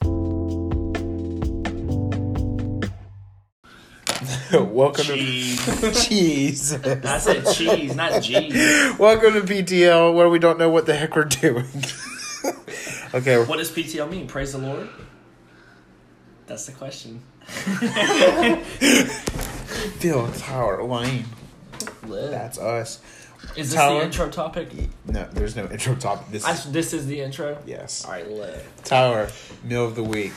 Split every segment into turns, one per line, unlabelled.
Welcome
Cheese.
to Jesus.
I said cheese, not G's.
Welcome to PTL, where we don't know what the heck we're doing. okay,
What does PTL mean? Praise the Lord? That's the question.
Phil Tower Lane.
Is
That's us.
this
Tyler?
the intro topic?
No, there's no intro topic. This
I,
is,
this is the intro?
yes.
All right, lit.
Tower meal of the week.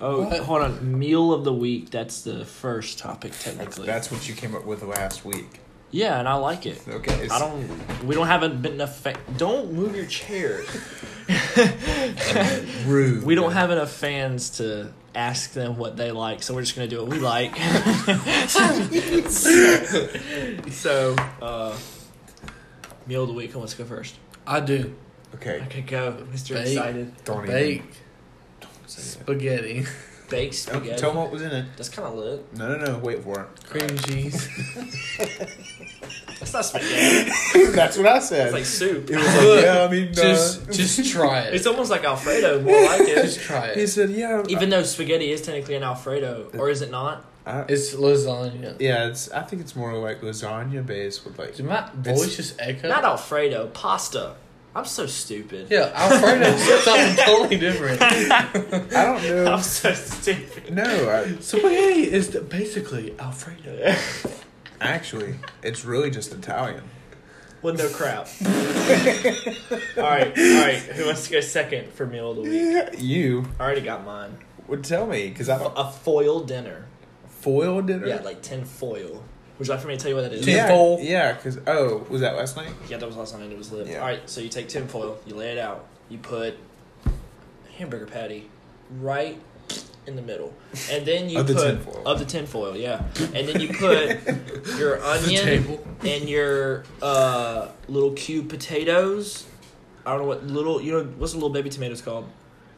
Oh,
What?
hold on. Meal of the week. That's the first topic, technically.
That's what you came up with last week.
yeah, and I like it.
Okay, it's-
I don't. We don't have a bit enough. Fa- don't move your chair.
Rude.
we don't have enough fans to ask them what they like, so we're just gonna do what we like. so, uh, meal of the week. Who wants to go first?
I do.
Okay.
Okay, go, Mister
Bake.
Excited.
Don't
Bake
even. say it.
spaghetti,
Okay,
Baked spaghetti.
Oh, tell them what was in it.
That's kind of lit.
No, no, no. Wait for
cream cheese.
That's not spaghetti.
it. That's what I said.
It's like soup.
it was like, yeah, I mean,
just,
uh,
just try it.
It's almost like Alfredo, more like
just
it.
try
he
it.
said, yeah.
Even though spaghetti is technically an Alfredo, or is it not?
I,
It's lasagna.
Yeah, it's. I think it's more like lasagna based with like.
Did my
It's-
voice just echo?
Not Alfredo, pasta. I'm so stupid.
yeah, Alfredo said something totally different.
I don't know.
I'm so stupid.
no, I,
Spaghetti is the, basically Alfredo.
actually, it's really just Italian.
With no crap. all right, all right. Who wants to go second for meal of the week?
You
I already got mine.
would tell me because I don't
A foil dinner.
foil dinner.
Yeah, like tin foil. Would you like for me to tell you what that is?
Tin
yeah,
foil.
Yeah, because oh, was that last night?
Yeah, that was last night. It was lit.
Yeah.
All right, so you take tin foil, you lay it out, you put hamburger patty right in the middle, and then you
Of the
put
tin foil.
of the tin foil, yeah, and then you put your onion
table.
and your uh, little cube potatoes. I don't know what little you know what's the little baby tomatoes called?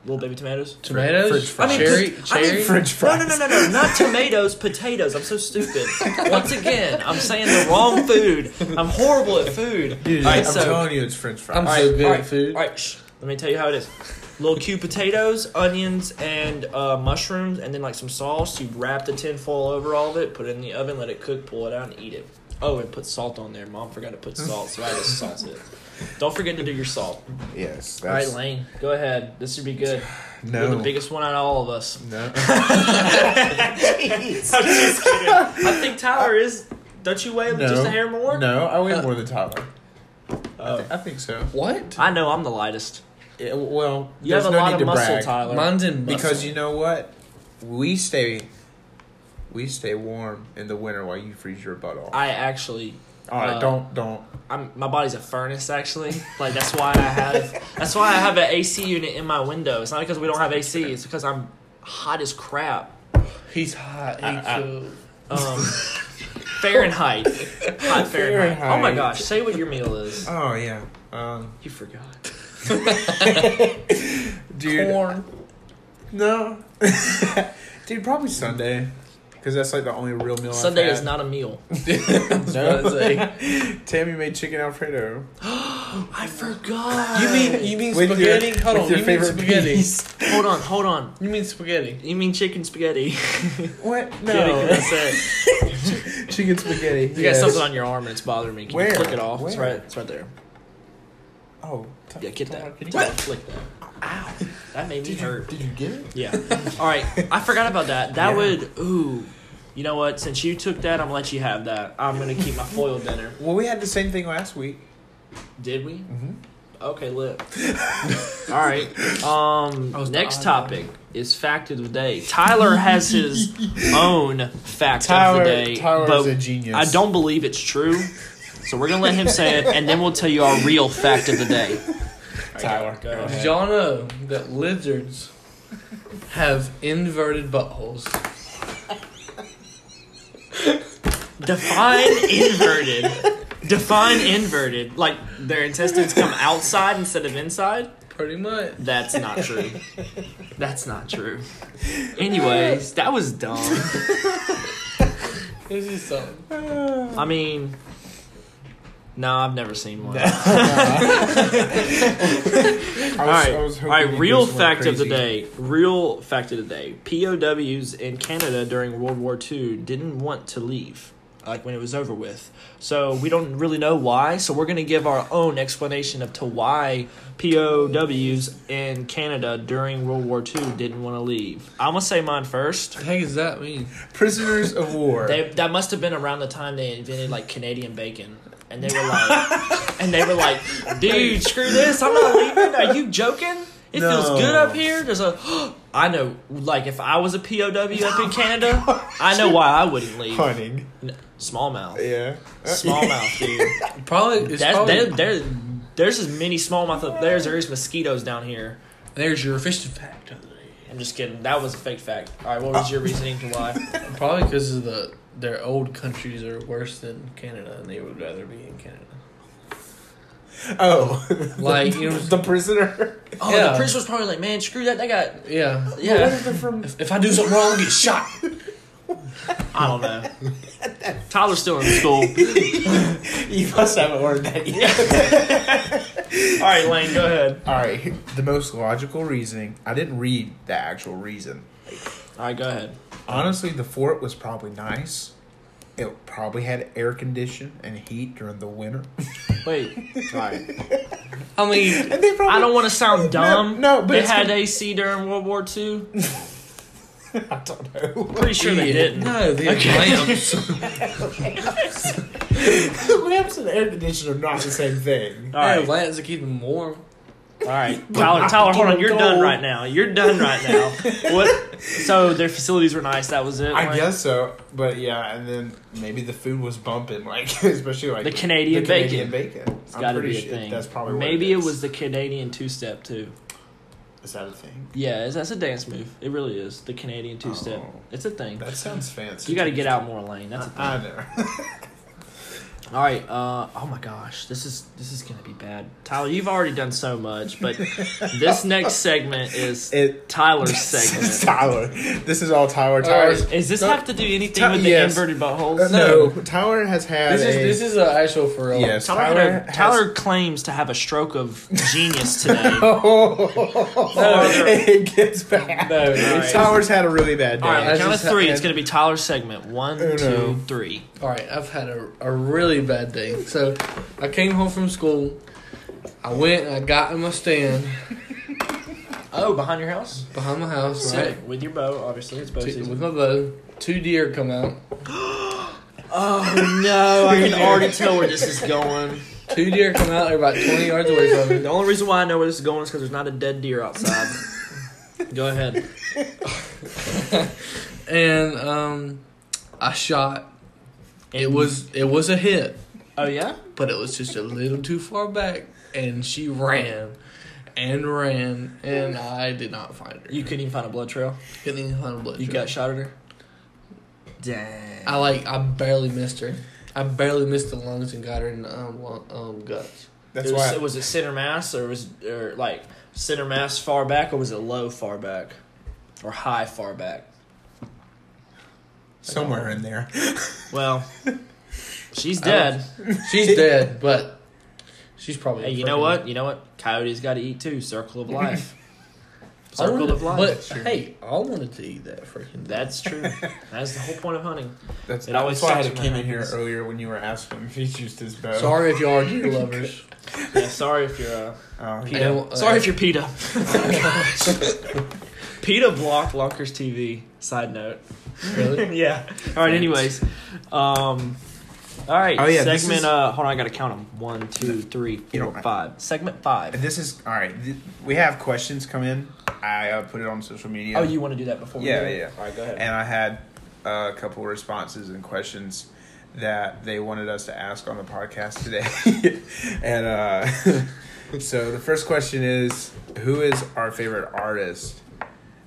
Little baby tomatoes.
Tomatoes,
French fries. I mean,
cherry,
I mean,
cherry.
French fries.
No, no, no, no, no, not tomatoes, potatoes. I'm so stupid. Once again, I'm saying the wrong food. I'm horrible at food.
Dude,
All right,
I'm
so-
telling you, it's French fries.
I'm so good
all
at
right,
food.
All right, shh. let me tell you how it is. Little cube potatoes, onions, and uh, mushrooms, and then like some sauce. You wrap the tin foil over all of it, put it in the oven, let it cook, pull it out, and eat it. Oh, and put salt on there. Mom forgot to put salt, so I just salt it. Don't forget to do your salt.
yes,
All right,
that's
Lane, go ahead. This should be good.
no,
You're the biggest one out of all of us.
no.
I'm just kidding. I think Tyler is. Don't you weigh him
No.
just a hair more? Uh,
No, I weigh more than Tyler. I,
Oh.
thi- I think so.
What?
I know I'm the lightest.
Yeah, well,
You
there's
have a
no
lot
need
of
to
muscle,
brag.
Tyler.
Mine's in
Because
Brussels.
you know what? We stay we stay warm in the winter while you freeze your butt off.
I actually.
All right,
uh,
don't don't.
I'm, my body's a furnace, actually. Like that's why I have that's why I have an AC unit in my window. It's not because we don't have AC. It's because I'm hot as crap.
he's hot. He
I- I-
cool.
Um, Fahrenheit, hot Fahrenheit. Oh my
Fahrenheit.
gosh! Say what your meal is.
Oh yeah. Um
You forgot.
dude,
Corn.
no. dude, probably Sunday. Cuz that's like the only real meal
Sunday
I've
is not a meal.
That's what I say.
No. Tammy made chicken alfredo.
I forgot.
You mean you mean
With your-
spaghetti? Hold
with your
on. you mean
favorite
spaghetti?
piece.
Hold on, hold on.
You mean spaghetti?
You mean chicken spaghetti?
What?
Kidding,
No.
that's it.
chicken spaghetti.
You got something on your arm and it's bothering me. Can
Where?
you flick it off? It's
Where?
right. It's right there.
Oh.
Yeah, get that.
Did you,
Tyler, Flick that. Ow! That made me
did you,
hurt.
did you get it?
Yeah. All right. I forgot about that. That
Yeah.
would. Ooh. You know what? Since you took that, I'm gonna let you have that. I'm gonna keep my foil dinner.
Well, we had the same thing last week.
Did we? Mm-hmm. Okay, lit. All right. Um.
I was
Next
the odd
topic is fact of the day. Tyler has his own fact of the day,
Tyler's
but
a genius.
I don't believe it's true. So we're gonna let him say it, and then we'll tell you our real fact of the day.
Tyler.
Go ahead.
Did y'all know that lizards have inverted buttholes?
Define inverted. Define inverted. Like their intestines come outside instead of inside?
Pretty much.
That's not true. That's not true. Anyways, that was dumb.
This is something.
I mean, No, I've never seen one.
All
All right, all right. Real fact of the day. Real fact of the day. POWs in Canada during World War II didn't want to leave, like when it was over with. So we don't really know why. So we're gonna give our own explanation of to why POWs in Canada during World War II didn't want to leave. I'm gonna say mine first.
The heck does that mean?
Prisoners of war.
They, that must have been around the time they invented like Canadian bacon, and they were like, and they were like, dude, screw this, I'm not leaving. Are you joking? It
No.
feels good up here. There's a, I know, like if I was a POW up in Canada, I know why I wouldn't leave.
hunting.
N- Smallmouth,
Yeah.
smallmouth, dude.
Probably. It's
That's,
probably
there, there, there's as many smallmouth up there as there is mosquitoes down here.
there's your fishing fact. of the day.
I'm just kidding. That was a fake fact. All right, what was your reasoning to why?
Probably because of the their old countries are worse than Canada, and they would rather be in Canada.
Oh.
Like you know,
the prisoner.
Oh,
Yeah.
the prince was probably like, man, screw that. They got
yeah.
What
yeah.
if they're from?
If, if I do something wrong, I'll get shot.
I don't know. Tyler's still in school. All
You must haven't learned that yet.
right, Lane, go ahead.
All right. The most logical reasoning. I didn't read the actual reason.
All right, go ahead.
Honestly, the fort was probably nice. It probably had air condition and heat during the winter.
Wait. All right.
I mean,
And they probably
I don't want to sound dumb.
no, but
they
it's-
had AC during World War II.
I don't know.
Pretty sure they
yeah.
didn't.
No, they had
Okay.
lamps.
Lamps and air conditioner are not the same thing.
All
They
right,
had
all
lamps to keep them warm.
right. Tyler, Tyler, hold on. You're done
Gold.
right now. You're done right now. What? So their facilities were nice. That was it.
I
Lane?
guess so, but yeah, and then maybe the food was bumping, like especially like
The Canadian bacon.
bacon.
It's
I'm
got to
pretty
be a
sure
thing.
That's probably what
maybe it
is.
was the Canadian two-step too.
Is that a thing?
Yeah, it's- that's a dance move. It really is the Canadian two-step.
Oh.
It's a thing.
That sounds fancy.
You got to get out more, Lane. That's a thing.
I know.
All right. Uh, oh my gosh, this is this is gonna be bad. Tyler, you've already done so much, but this next segment is
It-
Tyler's
This is
segment.
Tyler. This is all Tyler. Tyler's.
right.
Is this
No,
have to do anything
Ty-
with the
yes.
inverted
Uh,
buttholes?
no, Tyler has had
This
a.
is this is an actual for real.
yes,
Tyler,
Tyler.
had a-
has-
Tyler claims to have a stroke of genius today. All
Oh, it gets bad.
No,
right.
Tyler's had a really bad day.
right, on the
That's
count of
just-
three, it's gonna be Tyler's segment. One,
Uno.
two, three.
All right, I've had a, a really bad day. So I came home from school. I went and I got in my stand
Oh, behind your house,
behind my house, right?
Sick. with your bow. Obviously, it's bow
Two,
season.
with my bow. Two deer come out.
Oh no, I can already tell where this is going.
Two deer come out. They're about 20 yards away from me.
The only reason why I know where this is going is because there's not a dead deer outside. Go ahead.
And um, I shot. It was it was a hit,
Oh yeah.
but it was just a little too far back, and she ran. And ran, and I did not find her.
You couldn't even find a blood trail.
couldn't even find a blood.
You
trail.
got shot at her. Dang.
I like I barely missed her. I barely missed the lungs and got her in the um, lung, um guts.
That's
it was,
why.
it- was it center mass or was or like center mass far back or was it low far back or high far back?
somewhere in there.
Well, she's dead.
She's dead, but she's probably.
Hey, you know what? You know what? Coyotes got to eat too. Circle of life.
I
Circle
wanted,
of life.
but hey, I wanted to eat that freaking.
That's true. That's the whole point of hunting.
That's,
It always
that's why I
sucks
came
when
in
that
here
happens.
earlier when you were asking if he's used his bow.
Sorry if y'all are deer lovers.
Yeah. Sorry if you're. Uh,
Oh,
I
PETA.
don't- uh,
Sorry if you're PETA. PETA blocked Lockers TV. Side note.
Really?
yeah. All right. Anyways, um, all right.
Oh, yeah, this
Segment.
is-
Uh, hold on. I gotta count them. One, two, three,
You
four,
don't-
five. Segment five.
And this is all right. Th- we have questions come in. I uh, put it on social media.
Oh, you want to do that before?
Yeah,
we do it?
yeah.
All right. Go ahead.
and I had uh, a couple responses and questions that they wanted us to ask on the podcast today. and uh, so the first question is, who is our favorite artist?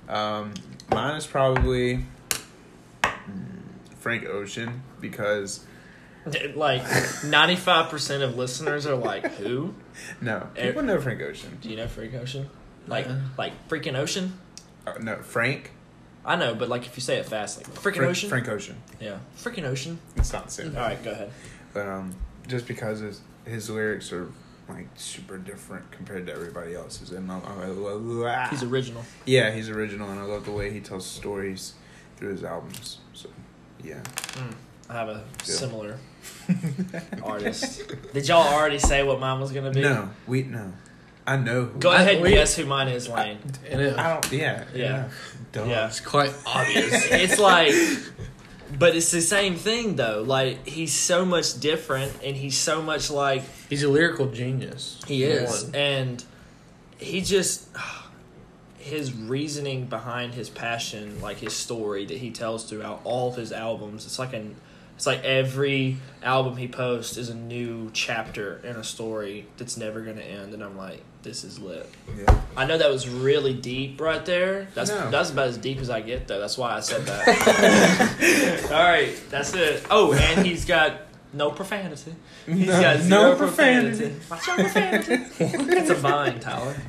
Um, mine is probably mm, Frank Ocean because
like ninety-five percent of listeners are like, "Who?
no,
Eh.
people know Frank Ocean.
Do you know Freak Ocean? Like,
Uh-uh.
like freaking ocean?
Uh, no, Frank.
I know, but like if you say it fast, like freaking
Frank
ocean.
Frank Ocean.
Yeah, freaking ocean.
It's not the same.
All right. Go ahead.
but um, just because it's his lyrics are like super different compared to everybody else's, and I'm, I'm, ah.
He's original.
yeah, he's original, and I love the way he tells stories through his albums. So, yeah.
I have a similar artist. Did y'all already say what mine was gonna be?
No, we no. I know. who-
Go
I-
ahead and
we-
guess who mine is, Lane.
And it,
I don't. Yeah.
Yeah.
Dumb.
yeah.
it's quite obvious.
it's like but it's the same thing though like he's so much different and he's so much like
He's a lyrical genius.
he is
One.
and he just his reasoning behind his passion like his story that he tells throughout all of his albums it's like an it's like every album he posts is a new chapter in a story that's never going to end and i'm like this is lit
Yeah.
I know that was really deep right there. That's
No.
that's about as deep as I get though. That's why I said that. All right, that's it. Oh, and he's got no profanity. He's
No-
got
no
zero profanity. Watch out, profanity. That's a vine, Tyler.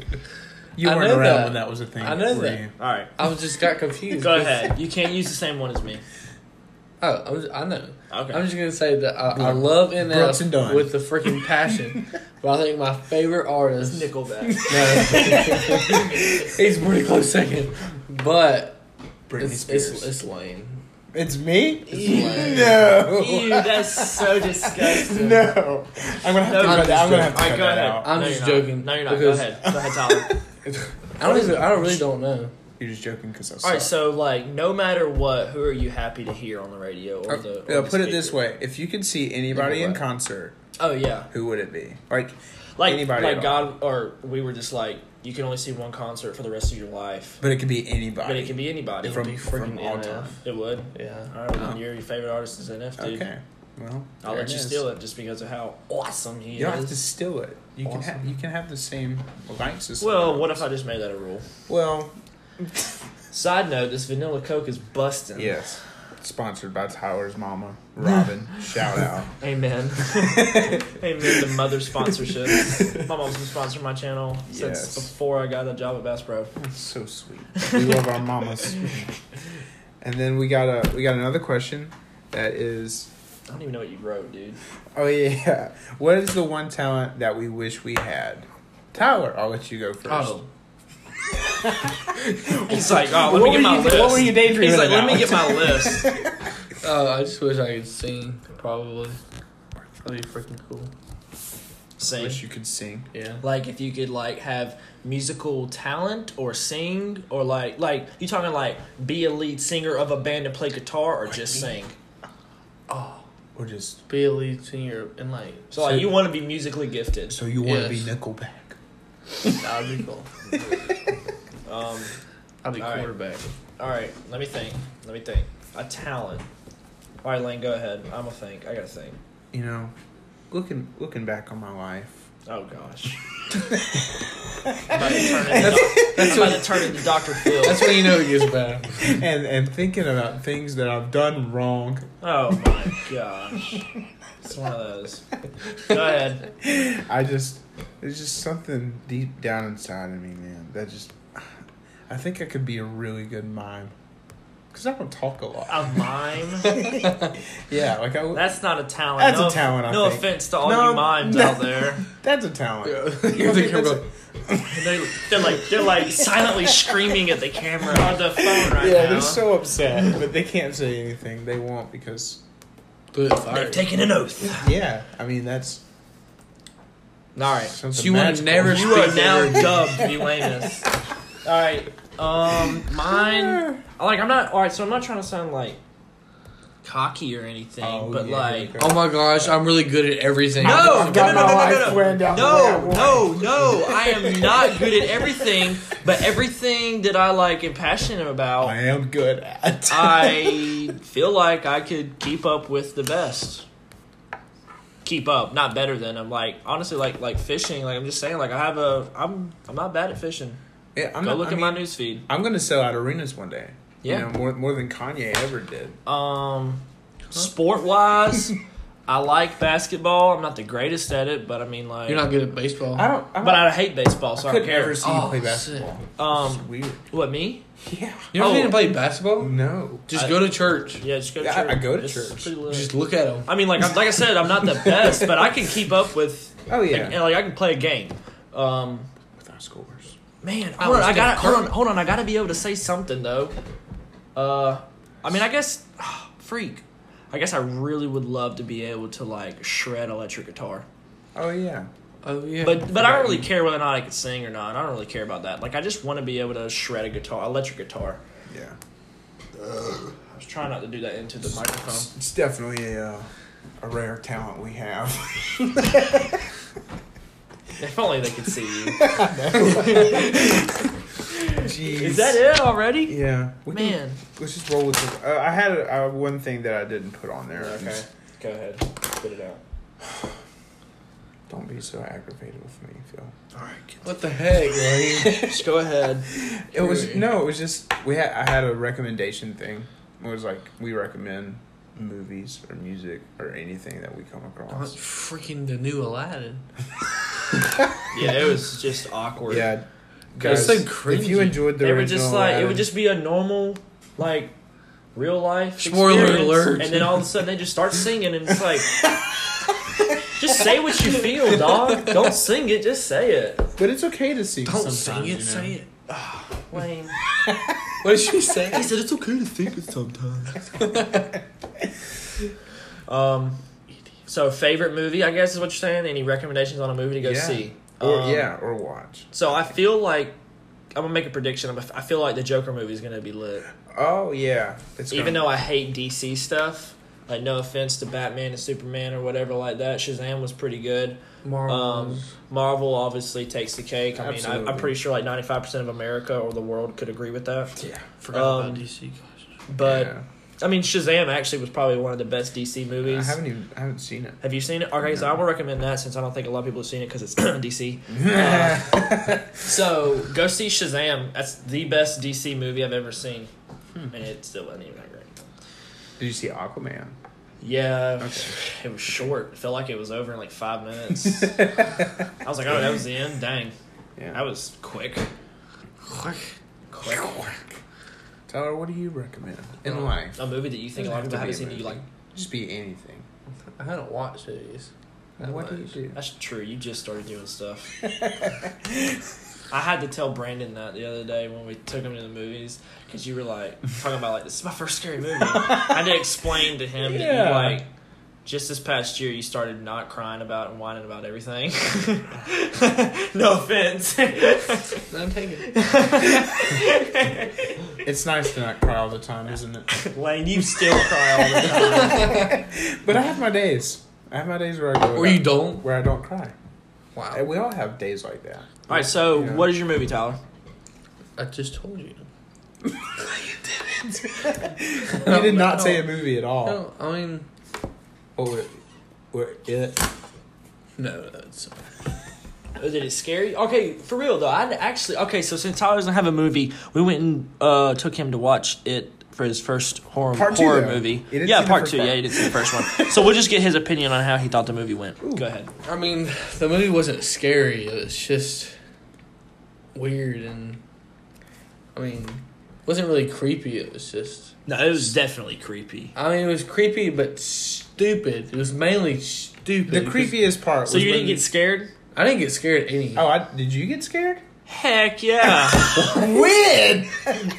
You
I
weren't
know
around
that.
when that was a thing.
I know
were
that.
you?
All right,
I was just got confused.
go ahead. You can't use the same one as me.
Oh, I, was, I know.
Okay.
I'm just gonna say that I, I
Brooke-
love
Brooks and
NF
Dunn.
with the freaking passion, but I think my favorite artist.
Nickelback.
No, he's pretty close second, but
Britney
it's,
Spears.
it's it's Lane.
It's me?
Ew.
No.
Ew, that's so disgusting.
No. I'm gonna have
No,
to cut
I'm
that. I'm gonna have
just
to cut
All right, go
that
ahead.
out.
I'm
No,
just
you're not.
joking,
No, you're not.
because-
Go ahead. Go ahead, Tyler.
I don't even. I don't really don't know.
You're just joking because I saw.
All right, so like, no matter what, who are you happy to hear on the radio or the? Or
Uh, Yeah,
the
put it this
uh, speaker?
way: if you could see anybody in
Nickelback.
concert,
Oh yeah,
who would it be? Like,
like
Anybody
like
at
God or we were just like you can only see one concert for the rest of your life,
but it could be anybody.
but it can be anybody.
from
be
from
freaking
all
NF.
time.
it would.
Yeah.
All right,
Oh.
then your favorite artist is NF, dude.
Okay. Well,
I'll
there
let you
is.
steal it just because of how awesome he
You don't have to
is.
steal it. You can have
Awesome.
you can have the same likes as
Well,
someone
what
else.
if I just made that a rule?
Well,
Side note: This vanilla Coke is busting.
yes. Sponsored by Tyler's mama, Robin. Shout out.
Amen. Amen to mother sponsorship. My mom's been sponsoring my channel
Yes.
since before I got a job at Bass Pro.
That's so sweet. We love our mamas. And then we got a we got another question that is
I don't even know what you wrote, dude.
oh yeah. What is the one talent that we wish we had? Tyler, I'll let you go first.
Oh,
He's like, oh, let me get my
you,
list.
What were you daydreaming
He's like, let me
about?
get my list.
uh, I just wish I could sing. Probably. That'd be freaking cool.
Sing.
Wish you could sing.
Yeah.
Like if you could like have musical talent or sing or like like you talking like be a lead singer of a band and play guitar or just sing.
Oh,
Or just
be a lead singer and like.
So like you want to be musically gifted.
so you want to
Yes.
be Nickelback.
That'd be cool.
Um,
I'd be
All right.
quarterback.
all right, let me think. Let me think. A talent. All right, Lane, go ahead. I'm gonna think. I gotta think.
You know, looking looking back on my life.
Oh gosh. I'm about to turn into, doc- I'm about to turn into Dr. Phil.
That's when you know it gets bad.
And and thinking about things that I've done wrong.
Oh my gosh. It's one of those. Go ahead.
I just there's just something deep down inside of me, man. That just I think I could be a really good mime because I don't talk a lot.
A mime?
yeah, like I that's,
That's not a talent.
That's a
no,
talent, I
no
think.
offense to all
No,
you mimes
no.
out there.
that's a talent.
You're thinking about-
They, they're like they're like silently screaming at the camera on the phone right
yeah,
now.
they're so upset, but they can't say anything. They won't because
But if I-
They've taken an oath.
yeah, I mean that's
All right,
something.
So you wanna
magical. Oh,
never-
you are
Speak
now
their-
dubbed Villainous. All right, um, mine. Like I'm not. All right, so I'm not trying to sound like cocky or anything,
Oh,
but
yeah,
like
okay.
Oh my gosh, I'm really good at everything.
No,
I've
no,
got
no, no,
my
no,
life
no, no.
planned out the way I
No,
want.
no, no. I am not good at everything, but everything that I like and passionate
I
about,
am good at.
I feel like I could keep up with the best. Keep up, not better than. I'm like honestly, like like fishing. Like I'm just saying, like I have a. I'm I'm not bad at fishing.
Yeah, I'm
Go
not,
look
I
at
mean,
my newsfeed.
I'm gonna sell out arenas one day.
Yeah.
you know, more more than Kanye ever did.
Um, sport wise, I like basketball. I'm not the greatest at it, but I mean like
You're not good at baseball.
I don't. I'm
but
not,
I hate baseball, so I,
could
don't care.
never see you
Oh,
play
shit.
basketball.
Um,
It's weird.
What me?
Yeah.
you ever
Oh.
need to play basketball?
No.
Just
I-
go to church.
Yeah, just go to
Yeah,
church.
I- I go to
It's
church.
pretty lit.
Just look at them.
I mean, like like I said, I'm not the best, but I can keep up with.
Oh yeah.
Like, like I can play a game. Um,
With our scores.
man,
I
hold on,
was
I got
Steph Curry.
hold on, hold on, I gotta be able to say something though. Uh, I mean, I guess, freak. I guess I really would love to be able to like shred electric guitar,
Oh yeah.
Oh yeah.
but but I don't really care whether or not I could sing or not. I don't really care about that. Like I just want to be able to shred a guitar, electric guitar.
Yeah.
I was trying not to do that into the microphone.
It's, it's definitely a uh, a rare talent we have.
If only they could see you.
Jeez.
Is that it already?
Yeah. We can-
Man,
let's just roll with it. Uh, I had a, uh, one thing that I didn't put on there.
Okay. Go ahead. Spit it out.
Don't be so aggravated with me, Phil.
All right.
what the heck, man?
Just go ahead.
It was
Really?
no, it was just we had I had a recommendation thing. It was like we recommend movies or music or anything that we come
Not
across.
freaking the new Aladdin.
Yeah, it was just awkward.
Yeah,
It's
guys,
so
if you
cringy.
enjoyed the
They would
original,
just like it
Aladdin-
would just be a normal, like, real life.
Spoiler
experience,
alert.
And then all of a sudden they just start singing, and it's like, just say what you feel, dog. Don't sing it, just say it.
but it's okay to see.
Don't
sometimes,
sing it.
you know?
Say it.
Wayne.
What did she say?
said it's okay to think it sometimes. um. So favorite movie, I guess, is what you're saying. Any recommendations on a movie to go
Yeah.
see?
Or
Um,
yeah, or watch.
So I feel like I'm gonna make a prediction. I'm a- I feel like the Joker movie is gonna be lit,
Oh yeah, it's
even
gonna-
though I hate DC stuff. Like no offense to Batman and Superman or whatever like that. Shazam was pretty good. Um,
Marvel's.
Marvel obviously takes the cake. I mean, I,
Absolutely.
I'm pretty sure like 95 percent of America or the world could agree with that.
yeah,
Forgot
um,
about DC. Gosh.
But
yeah.
I mean, Shazam actually was probably one of the best DC
I
movies.
haven't even I haven't seen it.
Have you seen it? Okay, so
No.
I will recommend that since I don't think a lot of people have seen it because it's DC. Uh, So go see Shazam. That's the best DC movie I've ever seen,
Hmm.
and it still wasn't even that great.
Did you see Aquaman?
Yeah,
Okay.
it was short. It felt like it was over in like five minutes. I was like, oh, that was the end. Dang, that
Yeah.
was quick. Quick.
Tyler, what do you recommend in
Um,
life?
A movie that you think a lot of
Doesn't have to
people haven't
be a
seen that you like.
movie. Just be anything.
I haven't watched these. that
What do you
much.
do?
That's true. You just started doing stuff. I had to tell Brandon that the other day when we took him to the movies because you were like talking about like this is my first scary movie. I had to explain to him that
Yeah.
you like just this past year you started not crying about and whining about everything. no offense.
No, I'm taking it.
It's nice to not cry all the time, isn't it?
Lane, you still cry all the time.
But I have my days. I have my days where I go
Or you don't? Oh.
where I don't cry. And
Wow.
we all have days like that.
All right, so
Yeah.
what is your movie, Tyler?
I just told you.
We did not
no.
say a movie at all.
No, I mean,
What were- were it?
no, that's
Oh, Did it scare you? Okay, for real though. I actually okay. So since Tyler doesn't have a movie, we went and uh, took him to watch it for his first horror
Part two,
horror
though.
movie.
You didn't see
Yeah,
the
part
first
two.
part.
Yeah, you didn't see the first one. so we'll just get his opinion on how he thought the movie went. Go ahead.
I mean, the movie wasn't scary. It was just weird and I mean, it wasn't really creepy. It was just
No, it was definitely creepy.
I mean, it was creepy but stupid. It was mainly stupid.
The
'cause
creepiest part.
So
was
you didn't
when-
get scared?
I didn't get scared at any.
Oh, I, did you get scared?
Heck yeah!
When?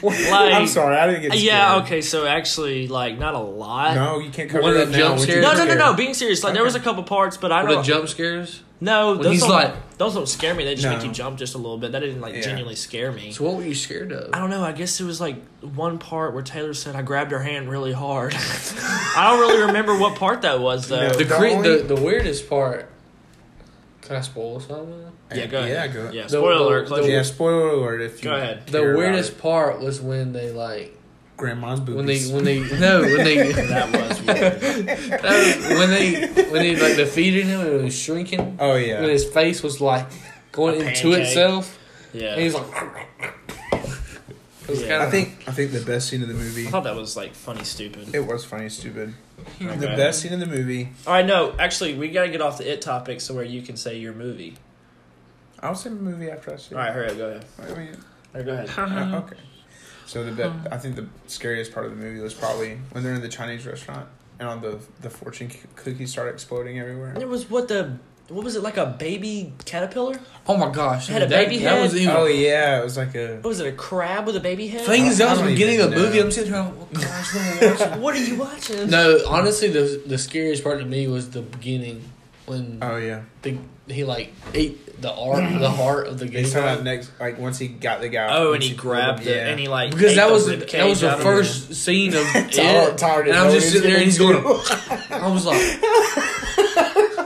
Like-
I'm sorry, I didn't get. scared.
yeah. Okay. So actually, like, not a lot.
No, you can't cover
One of
that
the
now.
jump
Would you
scares?
No,
get
no, no,
scared?
no. Being serious, like there
Okay.
was a couple parts, but I
What the
don't.
jump scares?
no,
When
those
he's
don't,
like-
those don't scare me. They just make
No.
you jump just a little bit. That didn't like
Yeah.
genuinely scare me.
So what were you scared of?
I don't know. I guess it was like one part where Taylor said, "I grabbed her hand really hard." I don't really remember what part that was though.
No.
The
The
cre-
only-
the, the weirdest part. Can I spoil something?
Yeah, go ahead.
Yeah, go.
Yeah,
Yeah,
spoiler
the-
alert. Close
the-
your-
spoiler alert. If you
Go ahead.
The
care about
weirdest
it.
part was when they like
grandma's boobies.
when they when they no when they
That was weird.
That was when they when he like defeated him and it was shrinking.
oh
When
yeah,
his face was like going
A
into
pancake.
itself, and
Yeah,
he's like, It was
Yeah.
kind
I
of
think I think the best scene of the movie.
I thought that was like funny, stupid.
It was funny, stupid. The
Okay.
best scene in the movie.
All right, no, actually, we gotta get off the it topic so where you can say your movie.
I'll say the movie after I see.
All right, hurry up, go ahead.
it. I mean,
All right, go ahead.
Uh-huh.
uh, okay. So the be- I think the scariest part of the movie was probably when they're in the Chinese restaurant and all the the fortune c- cookies start exploding everywhere.
It was what the what was it like a baby caterpillar?
oh my gosh,
Had a
that,
baby
that
head?
was even
Oh yeah, it was like a.
What was it? A crab with a baby head?
things
I
that was
don't
from getting a
even
movie.
know.
I'm sitting here, oh gosh, let me watch it.
What are you watching?
No, honestly, the the scariest part to me was the beginning when
Oh yeah.
the, he like ate the art the heart of the
They
guinea
talking about
pig.
next, like once he got the guy.
Oh, and
once
he
pulled
grabbed
him,
it and he like
Because
ate
that
the
was
rib
the, that
cage
was the
out of
first scene of
Tyler,
it,
Tyler didn't
and I'm
know
just
what he
sitting there and he's
was gonna
going. I was like,
do.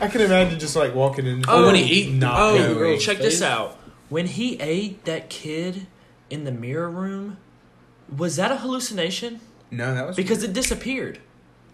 I can imagine just like walking in.
Oh, when he
eat,
eat-
not
oh,
Oh,
knowing.
really?
check this
face.
out. When he ate that kid in the mirror room, was that a hallucination?
No, that was
Because it disappeared.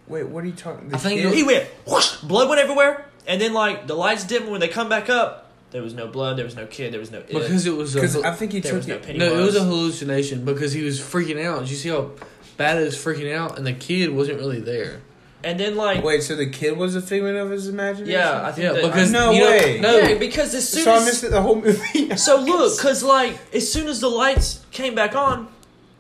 Wait, what are you talking? The
I think
kid?
He went whoosh, blood went everywhere, and then like the lights dimmed when they come back up. There was no blood. There was no kid. There was no. It.
because it was a,
because I think he
there
took
was no
it.
penny.
no, it was a hallucination because he was freaking out. Did you see how bad it was freaking out, and the kid wasn't really there.
and then like
Wait, so the kid was a figment of his imagination?
yeah, I think
Yeah,
that-
because
No
you know-
way.
no,
yeah, because as soon
So I
as
missed it the whole movie.
so look, because like as soon as the lights came back on,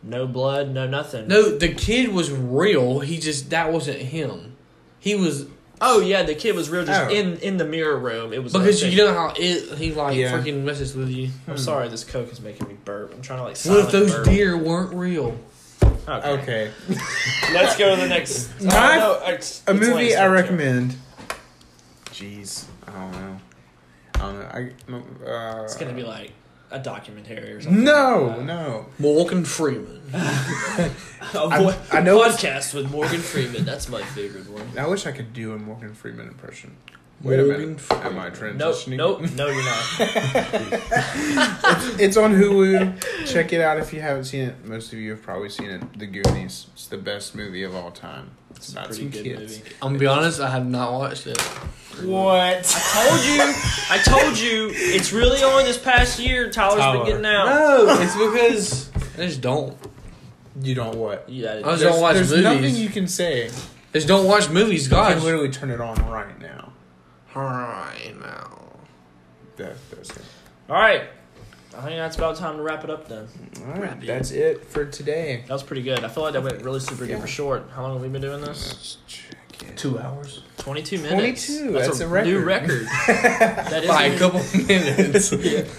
no blood, no nothing.
no, the kid was real. He just that wasn't him. He was
Oh yeah, the kid was real. Just
Oh.
in in the mirror room. It was
because
like,
you know how it he like
Yeah.
freaking messes with you.
I'm
Hmm.
sorry, this coke is making me burp. I'm trying to like.
What if
silent
those
burp.
deer weren't real?
Okay.
Okay,
let's go to the next.
Oh. My-
oh, no, it's-
a
it's
movie
Langston,
I
too.
recommend. Jeez, I don't know. I don't know. I, uh,
It's gonna be like a documentary or something.
No,
Uh,
no.
Morgan Freeman.
A
I-
vo-
I know it's-
podcast with Morgan Freeman. That's my favorite one.
I wish I could do a Morgan Freeman impression. Wait a
Morgan
minute.
Freeman.
Am I
Nope,
transitioning?
nope, no, you're not.
It's on Hulu. Check it out if you haven't seen it. Most of you have probably seen it. The Goonies. It's the best movie of all time. It's,
It's a
not
pretty
some
good
kids.
movie.
I'm gonna be honest, I have not watched it.
What?
Told you, I told you, it's really only this past year Tyler's
Tyler.
been getting out.
Oh,
No, it's because I just don't.
You don't what?
Yeah,
I was-
it-
Don't watch
there's
movies.
nothing you can say.
I just don't watch movies,
You can
gosh.
literally turn it on right now.
Right now.
That, that's it.
all right. I think that's about time to wrap it up then.
All right, that's it for today.
That was pretty good. I feel like that went really super
Yeah.
duper short. How long have we been doing this?
Two hours.
22 minutes.
22, that's a
new
record.
record. that is
By
new.
a couple minutes.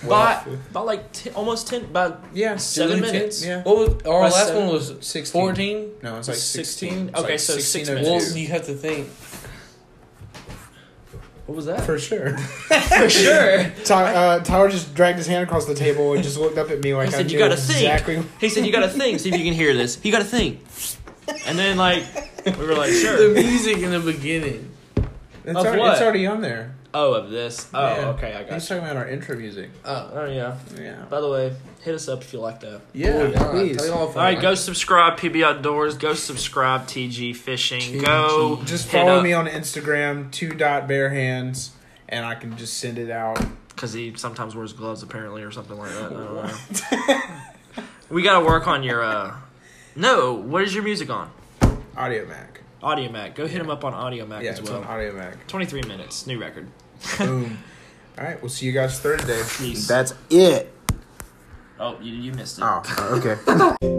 by, by like t- almost 10 by
yeah,
seven
do it.
minutes.
Yeah,
What was our
By
last
seven?
one was
16.
14?
No, it's like
16?
sixteen. It's
Okay,
like
so six
16
Well,
minutes.
you have to think.
what was that
for sure.
for sure
Ty- uh, Tyler just dragged his hand across the table and just looked up at me like
He
I
said,
knew
"You gotta think."
exactly.
He said, "You gotta think. See if you can hear this. You gotta think." And then like we were like,
The
"Sure."
music in the beginning.
It's,
Of
already,
what?
it's already on there.
Oh, of this. Oh,
Yeah.
okay, I got.
He's
You.
talking about our intro music.
Oh.
Oh yeah.
Yeah.
By the way, hit us up if you like that.
Yeah, please.
All
All right, go subscribe PB Outdoors. Go subscribe TG Fishing.
TG.
Go
Just
hit
follow
up-
me on Instagram, two dot bare hands, and I can just send it out.
because he sometimes wears gloves apparently or something like that. I don't know. we gotta work on your. uh No, what is your music on?
Audio Mac.
Audio Mac. Go hit him up on Audio Mac
Yeah,
as
it's
well.
on Audio Mac.
23 minutes, new record.
Boom. All right, we'll see you guys Thursday.
Peace.
That's it.
Oh, you, you missed it.
Oh, okay.